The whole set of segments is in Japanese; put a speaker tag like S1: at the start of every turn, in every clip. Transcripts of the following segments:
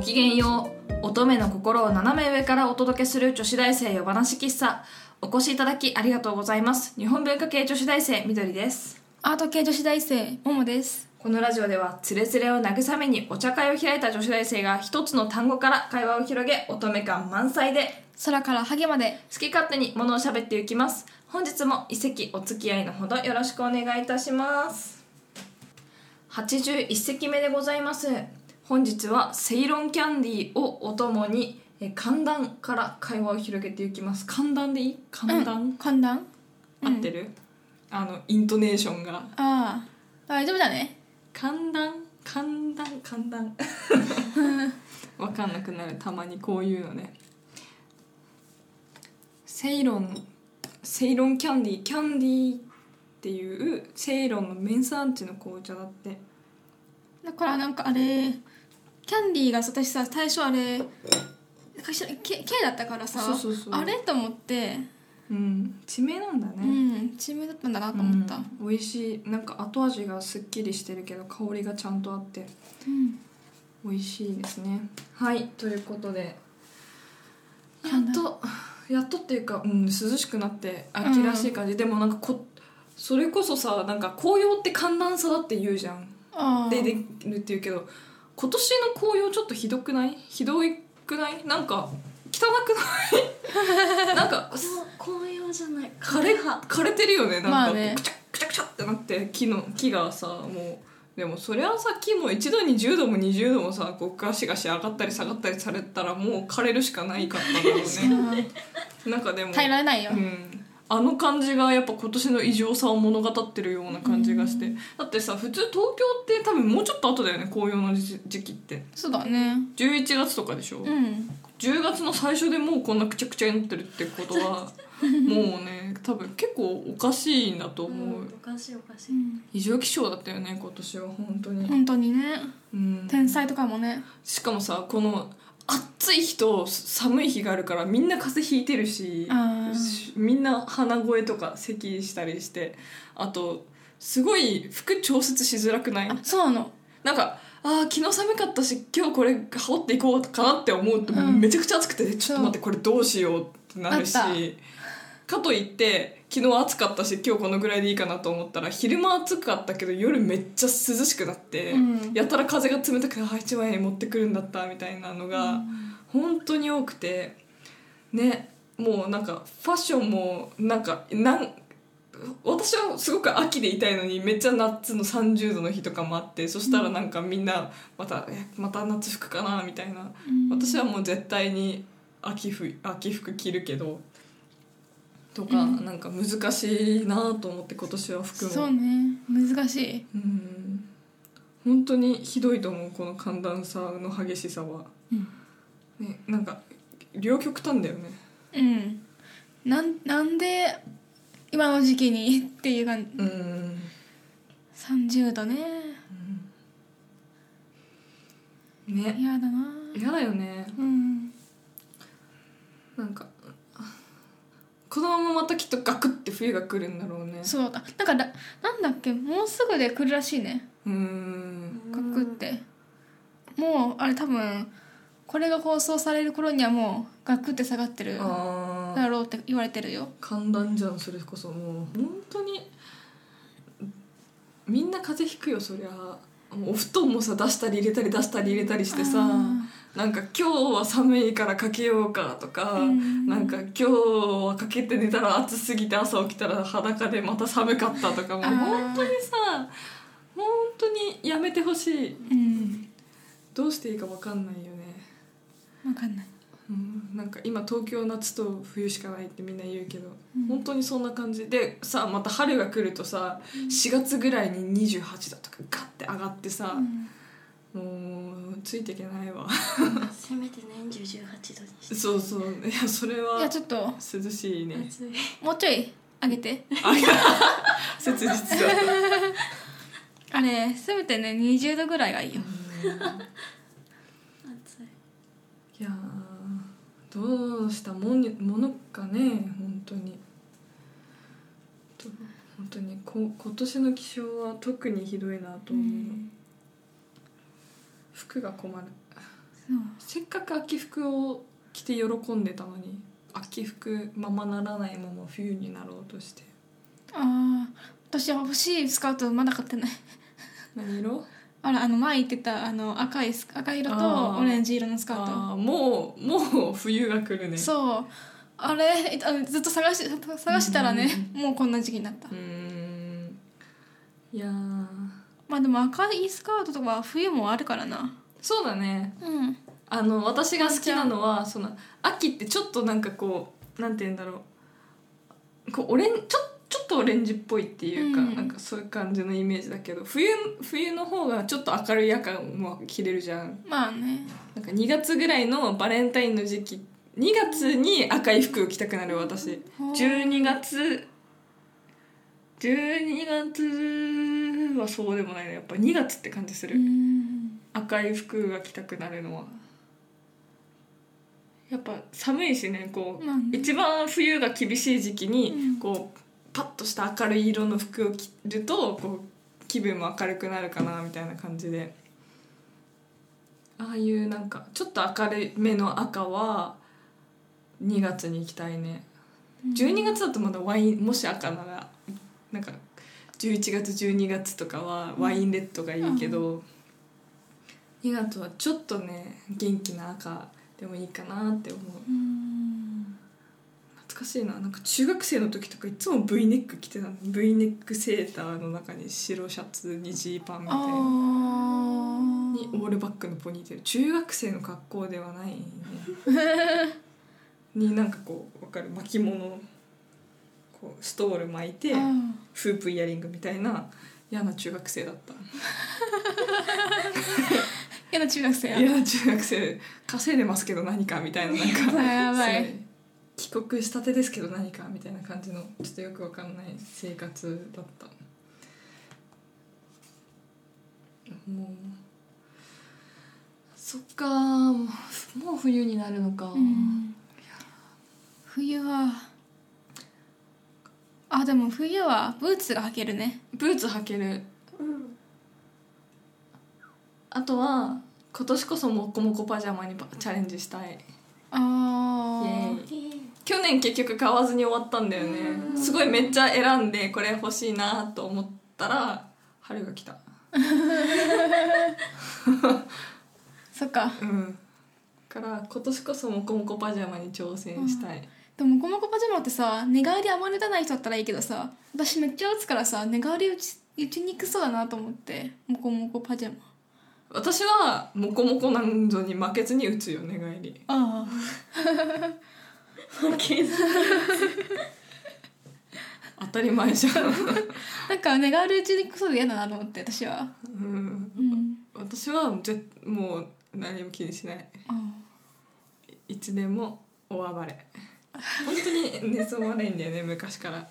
S1: きげんよう乙女の心を斜め上からお届けする女子大生夜話喫茶お越しいただきありがとうございます日本文化系女子大生みどりです
S2: アート系女子大生ももです
S1: このラジオではつれつれを慰めにお茶会を開いた女子大生が一つの単語から会話を広げ乙女感満載で
S2: 空からハゲまで
S1: 好き勝手に物を喋っていきます本日も一席お付き合いのほどよろしくお願いいたします81席目でございます本日はセイロンキャンディーをお供にえ寒暖から会話を広げていきます寒暖でいい寒
S2: うん
S1: 暖、
S2: 寒暖うん
S1: 合ってる、あのイントネーションが
S2: ああ大丈夫だね
S1: 寒暖寒暖寒暖 わかんなくなるたまにこういうのねセイロンセイロンキャンディーキャンディーっていうセイロンの名産地の紅茶だって
S2: だからなんかあれキャンディーがさ私さ最初あれ会社 K, K だったからさ
S1: そうそうそう
S2: あれと思って、
S1: うん地名なんだ
S2: う
S1: ね、
S2: んチームだったんだなと思った、うん
S1: うん美味しいなんか後味がすっきりしてるけど香りがちゃんとあって美味しいですねはいということでやっとやっとっていうか、うん、涼しくなって秋らしい感じ、でもなんかこそれこそさなんか紅葉って寒暖差だって言うじゃん
S2: ああ
S1: でできるって言うけど今年の紅葉ちょっとひどくないひどいくないなんか汚くないなんか
S3: 紅葉じゃない
S1: 枯れ枯れてるよねなんか、
S2: まあね
S1: くちゃくちゃくちゃってなって木の木がさもうでもそりゃさ木も一度に10度も20度もさこうガシガシ上がったり下がったりされたらもう枯れるしかないかったんだろうね
S2: うん
S1: なんかでも
S2: 耐えられないよ、
S1: うん、あの感じがやっぱ今年の異常さを物語ってるような感じがして、だってさ普通東京って多分もうちょっと後だよね紅葉の時時期って
S2: そうだね
S1: 11月とかでしょ、
S2: うん
S1: 10月の最初でもうこんなくちゃくちゃになってるってことはもうね多分結構おかしいんだと思う、
S3: おかしいおかし
S2: う
S3: い
S2: ん
S1: 異常気象だったよね今年は本当に、
S2: 本当にね
S1: うん、
S2: 天才とかもね
S1: しかもさこの暑い日と寒い日があるからみんな風邪ひいてるし
S2: あー
S1: しみんな鼻声とか咳したりしてあとすごい服調節しづらくない
S2: あそうなの
S1: なんかあー昨日寒かったし今日これ羽織っていこうかなって思うと、
S2: うん
S1: めちゃくちゃ暑くてちょっと待ってこれどうしようってなるし
S2: あっ
S1: かといって昨日暑かったし今日このぐらいでいいかなと思ったら昼間暑かったけど夜めっちゃ涼しくなって、
S2: うん
S1: やたら風が冷たくてあー一枚持ってくるんだったみたいなのが本当に多くてねもうなんかファッションもなんかなん私はすごく秋でいたいのにめっちゃ夏の30度の日とかもあってそしたらなんかみんなまたえまた夏服かなみたいな私はもう絶対に秋服秋服着るけどとか
S2: うん
S1: なんか難しいなと思って今年は服も。
S2: そうね難しい、
S1: うん本当にひどいと思うこの寒暖差の激しさは、ね、なんか両極端だよね
S2: うん、なんなんで今の時期にっていうか
S1: うん
S2: 30度ね
S1: ね
S2: 嫌だな
S1: 嫌だよね
S2: うん
S1: なんかこのまままたきっとガクって冬が来るんだろうね
S2: そうだなんかだなんだっけもうすぐで来るらしいね
S1: うん
S2: ガクってもうあれ多分これが放送される頃にはもうガクって下がってる
S1: あー
S2: だろうって言われてるよ
S1: 寒暖じゃんそれこそもう本当にみんな風邪ひくよそりゃもうお布団もさ出したり入れたり出したり入れたりしてさ
S2: あ
S1: なんか今日は寒いからかけようかとか、
S2: うん
S1: なんか今日はかけて寝たら暑すぎて朝起きたら裸でまた寒かったとかもう
S2: あー
S1: 本当にさ本当にやめてほしい
S2: うん
S1: どうしていいか分かんないよね、
S2: 分かんない
S1: うん、なんか今東京夏と冬しかないってみんな言うけど、
S2: うん
S1: 本当にそんな感じでさまた春が来るとさ4月ぐらいに28度とかガッて上がってさ
S2: う、ん
S1: もうついていけないわ
S3: せめて年中18度にして
S1: そうそういやそれはい
S2: やちょっと
S1: 涼しいね
S3: 暑い
S2: もうちょい上げて
S1: あいや 切実だ
S2: あれせめてね20度ぐらいがいいよ
S3: 暑い
S1: いやーどうしたもんにものかね本当にと本当にこ今年の気象は特にひどいなと思う、
S2: うん
S1: 服が困る
S2: うん
S1: せっかく秋服を着て喜んでたのに秋服ままならないまま冬になろうとして
S2: ああ私は欲しいスカートまだ買ってない
S1: 何色
S2: あらあの前言ってたあの赤いス赤色と
S1: あー
S2: オレンジ色のスカート
S1: あーもうもう冬が来るね
S2: そうあれえあのずっと探し探してたらね、もうこんな時期になった、
S1: うーんいやー
S2: まあでも赤いスカートとかは冬もあるからな
S1: そうだね
S2: うん
S1: あの私が好きなのはその秋ってちょっとなんかこうなんて言うんだろうこうオレンちょちょっとオレンジっぽいっていうか、
S2: うん
S1: なんかそういう感じのイメージだけど冬冬の方がちょっと明るい夜間も着れるじゃん
S2: まあね
S1: なんか2月ぐらいのバレンタインの時期2月に赤い服を着たくなる私
S2: ほう
S1: 12月12月はそうでもないねやっぱ2月って感じする、
S2: うん
S1: 赤い服が着たくなるのはやっぱ寒いしねこう、
S2: まあね
S1: 一番冬が厳しい時期に、
S2: うん
S1: こうパッとした明るい色の服を着るとこう気分も明るくなるかなみたいな感じでああいうなんかちょっと明るめの赤は2月に行きたいね12月だとまだワインもし赤ならなんか11月12月とかはワインレッドがいいけど、2月はちょっとね元気な赤でもいいかなって思う
S2: うん
S1: 懐かしいななんか中学生の時とかいつも V ネック着てたの V ネックセーターの中に白シャツにジーパンみたいな
S2: あ
S1: にオールバックのポニーテール中学生の格好ではないね になんかこうわかる巻物こうストール巻いて
S2: ーあ
S1: フープイヤリングみたいな嫌な中学生だった
S2: ー嫌な中学生や
S1: 嫌な中学生稼いでますけど何かみたいななんか
S2: ばい やばい
S1: そう帰国したてですけど何かみたいな感じのちょっとよくわかんない生活だったもうそっかもうもう冬になるのか、
S2: うん冬はあでも冬はブーツが履けるね
S1: ブーツ履ける
S3: うん
S1: あとは今年こそモコモコパジャマにパチャレンジしたい
S2: あ
S1: イエー
S2: あ
S1: イ去年結局買わずに終わったんだよねすごいめっちゃ選んでこれ欲しいなと思ったら春が来た
S2: そっか
S1: うんから今年こそモコモコパジャマに挑戦したい、
S2: でもモコモコパジャマってさ寝返りあまり打たない人だったらいいけどさ私めっちゃ打つからさ寝返り打ち打ちにくそうだなと思ってモコモコパジャマ
S1: 私はモコモコなんぞに負けずに打つよ寝返り
S2: ああ
S1: 当たり前じゃん、
S2: なんか寝返り打ちにくそうで嫌だなと思って私は
S1: うん、
S2: うん
S1: 私はぜもう何も気にしない
S2: あ
S1: いつでも大暴れ本当に寝相悪いんだよね昔から
S2: あ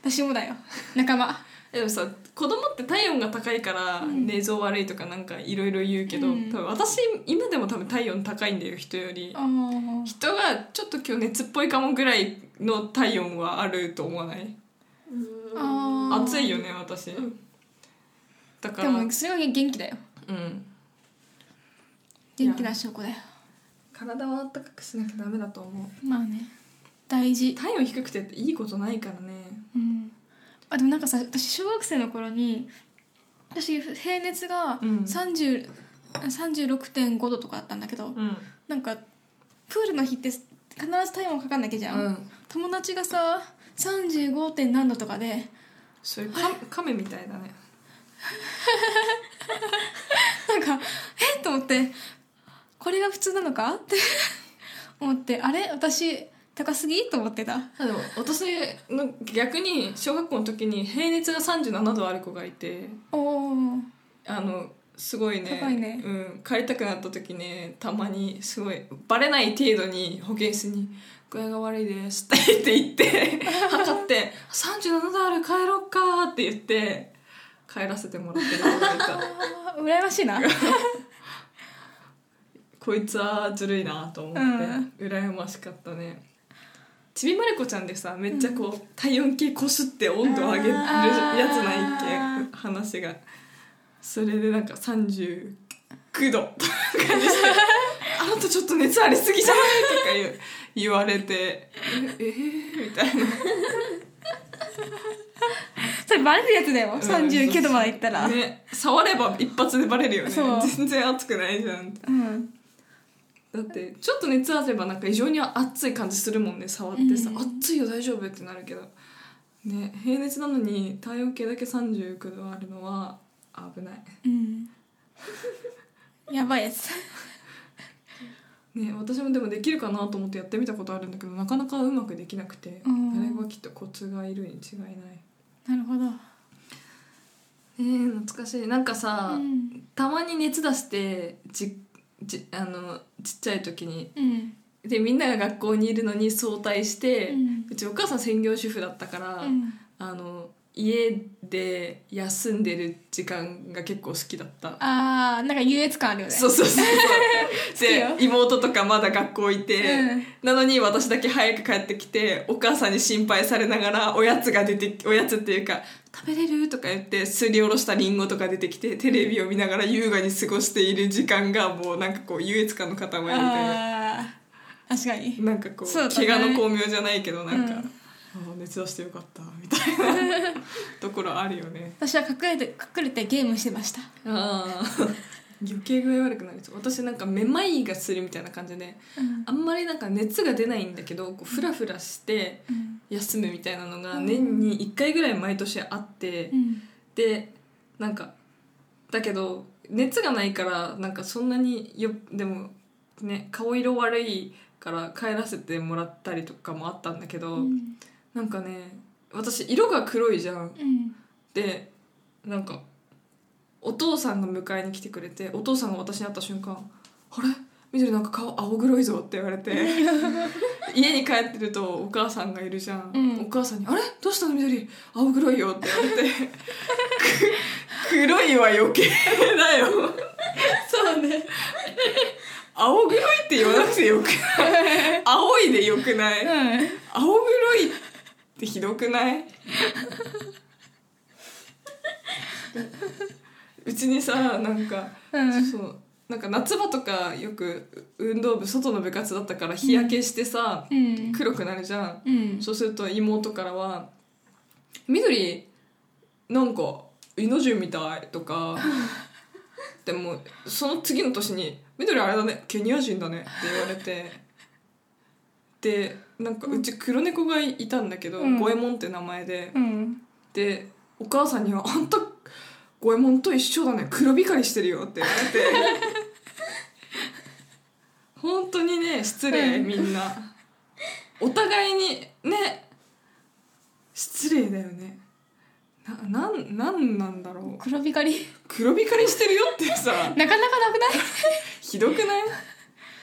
S2: 私もだよ仲間
S1: でもさ子供って体温が高いから
S2: ん
S1: 寝相悪いとかなんかいろいろ言うけど、
S2: うん
S1: 多分私今でも多分体温高いんだよ人より
S2: ああ
S1: 人がちょっと今日熱っぽいかもぐらいの体温はあると思わない
S2: あー
S1: 暑いよね私、だか
S2: で
S1: ら
S2: もそれは元気だよ
S1: うん
S2: 元気な証拠だよ
S1: 体は暖かくしなきゃダメだと思う
S2: まあね大事
S1: 体温低くていいことないからね
S2: うんあでもなんかさ私小学生の頃に私平熱が
S1: うん
S2: 30 36.5度とかだったんだけど、
S1: うん
S2: なんかプールの日って必ず体温かかんなきゃじゃん、
S1: うん
S2: 友達がさ 35. 点何度とかで
S1: それカカメみたいだね
S2: なんかえっと思ってこれが普通なのかって思ってあれ私高すぎと思ってた
S1: あでも私の逆に小学校の時に平熱が37度ある子がいて
S2: おー
S1: あのすごいね
S2: 高いね
S1: うん、帰りたくなった時ねたまにすごいバレない程度に保健室に「具合が悪いです」って言って測って「37度ある帰ろっか」って言って帰らせてもらってる子がいた
S2: あー羨ましいな
S1: こいつはずるいなと思って、
S2: うん
S1: 羨ましかったねちびまる子ちゃんでさめっちゃこう、体温計こすって温度を上げるやつないっけ話がそれでなんか39度とかにしてあなたちょっと熱ありすぎじゃない?」とか言う言われて「ええーみたいな
S2: それバレるやつだよ、39度までいったら、
S1: ね触れば一発でバレるよね
S2: そう
S1: 全然熱くないじゃん
S2: うん
S1: だってちょっと熱あればなんか異常に熱い感じするもんね触ってさ、
S2: うん
S1: 熱いよ大丈夫ってなるけどね平熱なのに体温計だけ39度あるのは危ない
S2: うんやばいやつ
S1: ね私もでもできるかなと思ってやってみたことあるんだけどなかなかうまくできなくて
S2: う
S1: あ
S2: ん
S1: れはきっとコツがいるに違いない
S2: なるほど、
S1: えー、懐かしいなんかさ、
S2: うん
S1: たまに熱出してじじあのちっちゃい時に
S2: うん
S1: でみんなが学校にいるのに早退して、
S2: う
S1: うんちお母さん専業主婦だったから、
S2: うん
S1: あの家で休んでる時間が結構好きだった
S2: あーなんか優越感あるよね
S1: そうそう そうそう
S2: きよ
S1: で妹とかまだ学校いて、
S2: うん
S1: なのに私だけ早く帰ってきてお母さんに心配されながらおやつが出ておやつっていうか「食べれる?」とか言ってすりおろしたりんごとか出てきてテレビを見ながら優雅に過ごしている時間がもうなんかこう優越感の塊みたいな
S2: あー確かに
S1: なんかこう
S2: そうだね
S1: 怪我の巧妙じゃないけどなんか、
S2: うん
S1: ああ熱出してよかったみたいな ところあるよね。
S2: 私は隠れて隠れてゲームしてました
S1: ああ余計具合悪くなりそう私なんかめまいがするみたいな感じで
S2: うん
S1: あんまりなんか熱が出ないんだけどこうフラフラして
S2: うん
S1: 休むみたいなのが
S2: うん
S1: 年に1回ぐらい毎年あって
S2: うん
S1: でなんかだけど熱がないからなんかそんなによでもね顔色悪いから帰らせてもらったりとかもあったんだけど、
S2: うん
S1: なんかね私色が黒いじゃん
S2: うん
S1: でなんかお父さんが迎えに来てくれてお父さんが私に会った瞬間「あれ緑なんか顔青黒いぞ」って言われ て家に帰ってるとお母さんがいるじゃん、
S2: うん
S1: お母さんに「あれどうしたの緑青黒いよ」って言われて く黒いは余計だよ
S2: そうね
S1: 青黒いって言わなくて よくない青いでよくない
S2: うん
S1: 青黒いってひどくないうちにさなんか、
S2: うん
S1: そうなんか夏場とかよく運動部外の部活だったから日焼けしてさ、
S2: うん
S1: 黒くなるじゃん、
S2: うん
S1: そうすると妹からは「緑なんかイノジュンみたい」と かでもその次の年に「緑あれだねケニア人だね」って言われてでなんかうち黒猫がいたんだけど、
S2: うん
S1: ゴエモンって名前で
S2: うん
S1: でお母さんには「あんたゴエモンと一緒だね黒光りしてるよ」って言わ れて本当にね失礼
S2: うん
S1: みんなお互いにね失礼だよねななんなんなんだろう
S2: 黒光り
S1: 黒光りしてるよってさ
S2: なかなかなくない
S1: ひどくない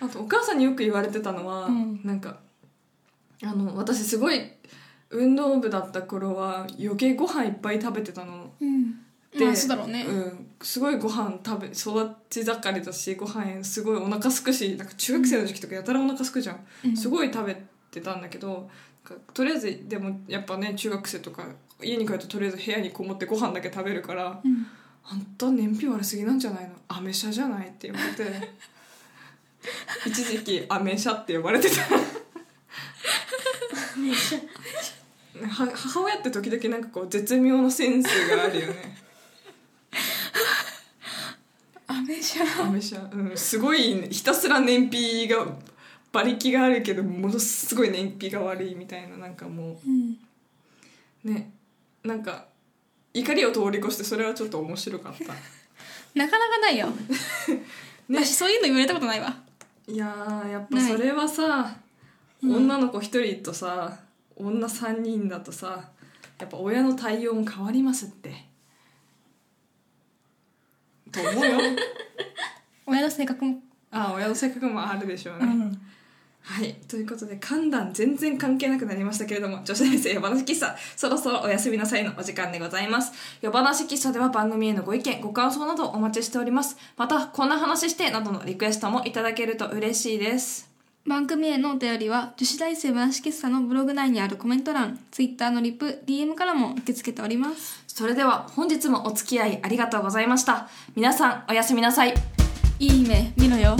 S1: あとお母さんによく言われてたのは、
S2: うん
S1: なんかあの私すごい運動部だった頃は余計ご飯いっぱい食べてたの。
S2: うん
S1: で
S2: まあそうだろうね
S1: うん、すごいご飯食べ育ち盛りだしご飯すごいお腹すくしなんか中学生の時期とかやたらお腹すくじゃん、
S2: うん
S1: すごい食べてたんだけどなんかとりあえずでもやっぱね中学生とか家に帰るととりあえず部屋にこもってご飯だけ食べるから
S2: うん
S1: 「あんた燃費悪すぎなんじゃないのアメ車じゃない?」って言われて 一時期アメ車って呼ばれてた
S3: めっちゃ
S1: は母親って時々なんかこう絶妙なセンスがあるよね
S2: アメ車
S1: アメ車、うん、すごいひたすら燃費が馬力があるけどものすごい燃費が悪いみたいななんかも
S2: うん
S1: うねなんか怒りを通り越してそれはちょっと面白かった
S2: なかなかないよ私そういうの言われたことないわ
S1: いやーやっぱそれはさ、
S2: うん
S1: 女の子一人とさ女3人だとさやっぱ親の対応も変わりますってと思うよ
S2: 親の性格も
S1: ああ親の性格もあるでしょうね、
S2: うん
S1: はい、ということで、寒暖全然関係なくなりましたけれども、女子大生夜話喫茶、そろそろお休みなさいのお時間でございます。夜話喫茶では番組へのご意見、ご感想などお待ちしております。また、こんな話してなどのリクエストもいただけると嬉しいです。
S2: 番組へのお便りは女子大生話喫茶のブログ内にあるコメント欄ツイッターのリプ DM からも受け付けております
S1: それでは、本日もお付き合いありがとうございました。皆さん、おやすみなさい。
S2: いい夢見ろよ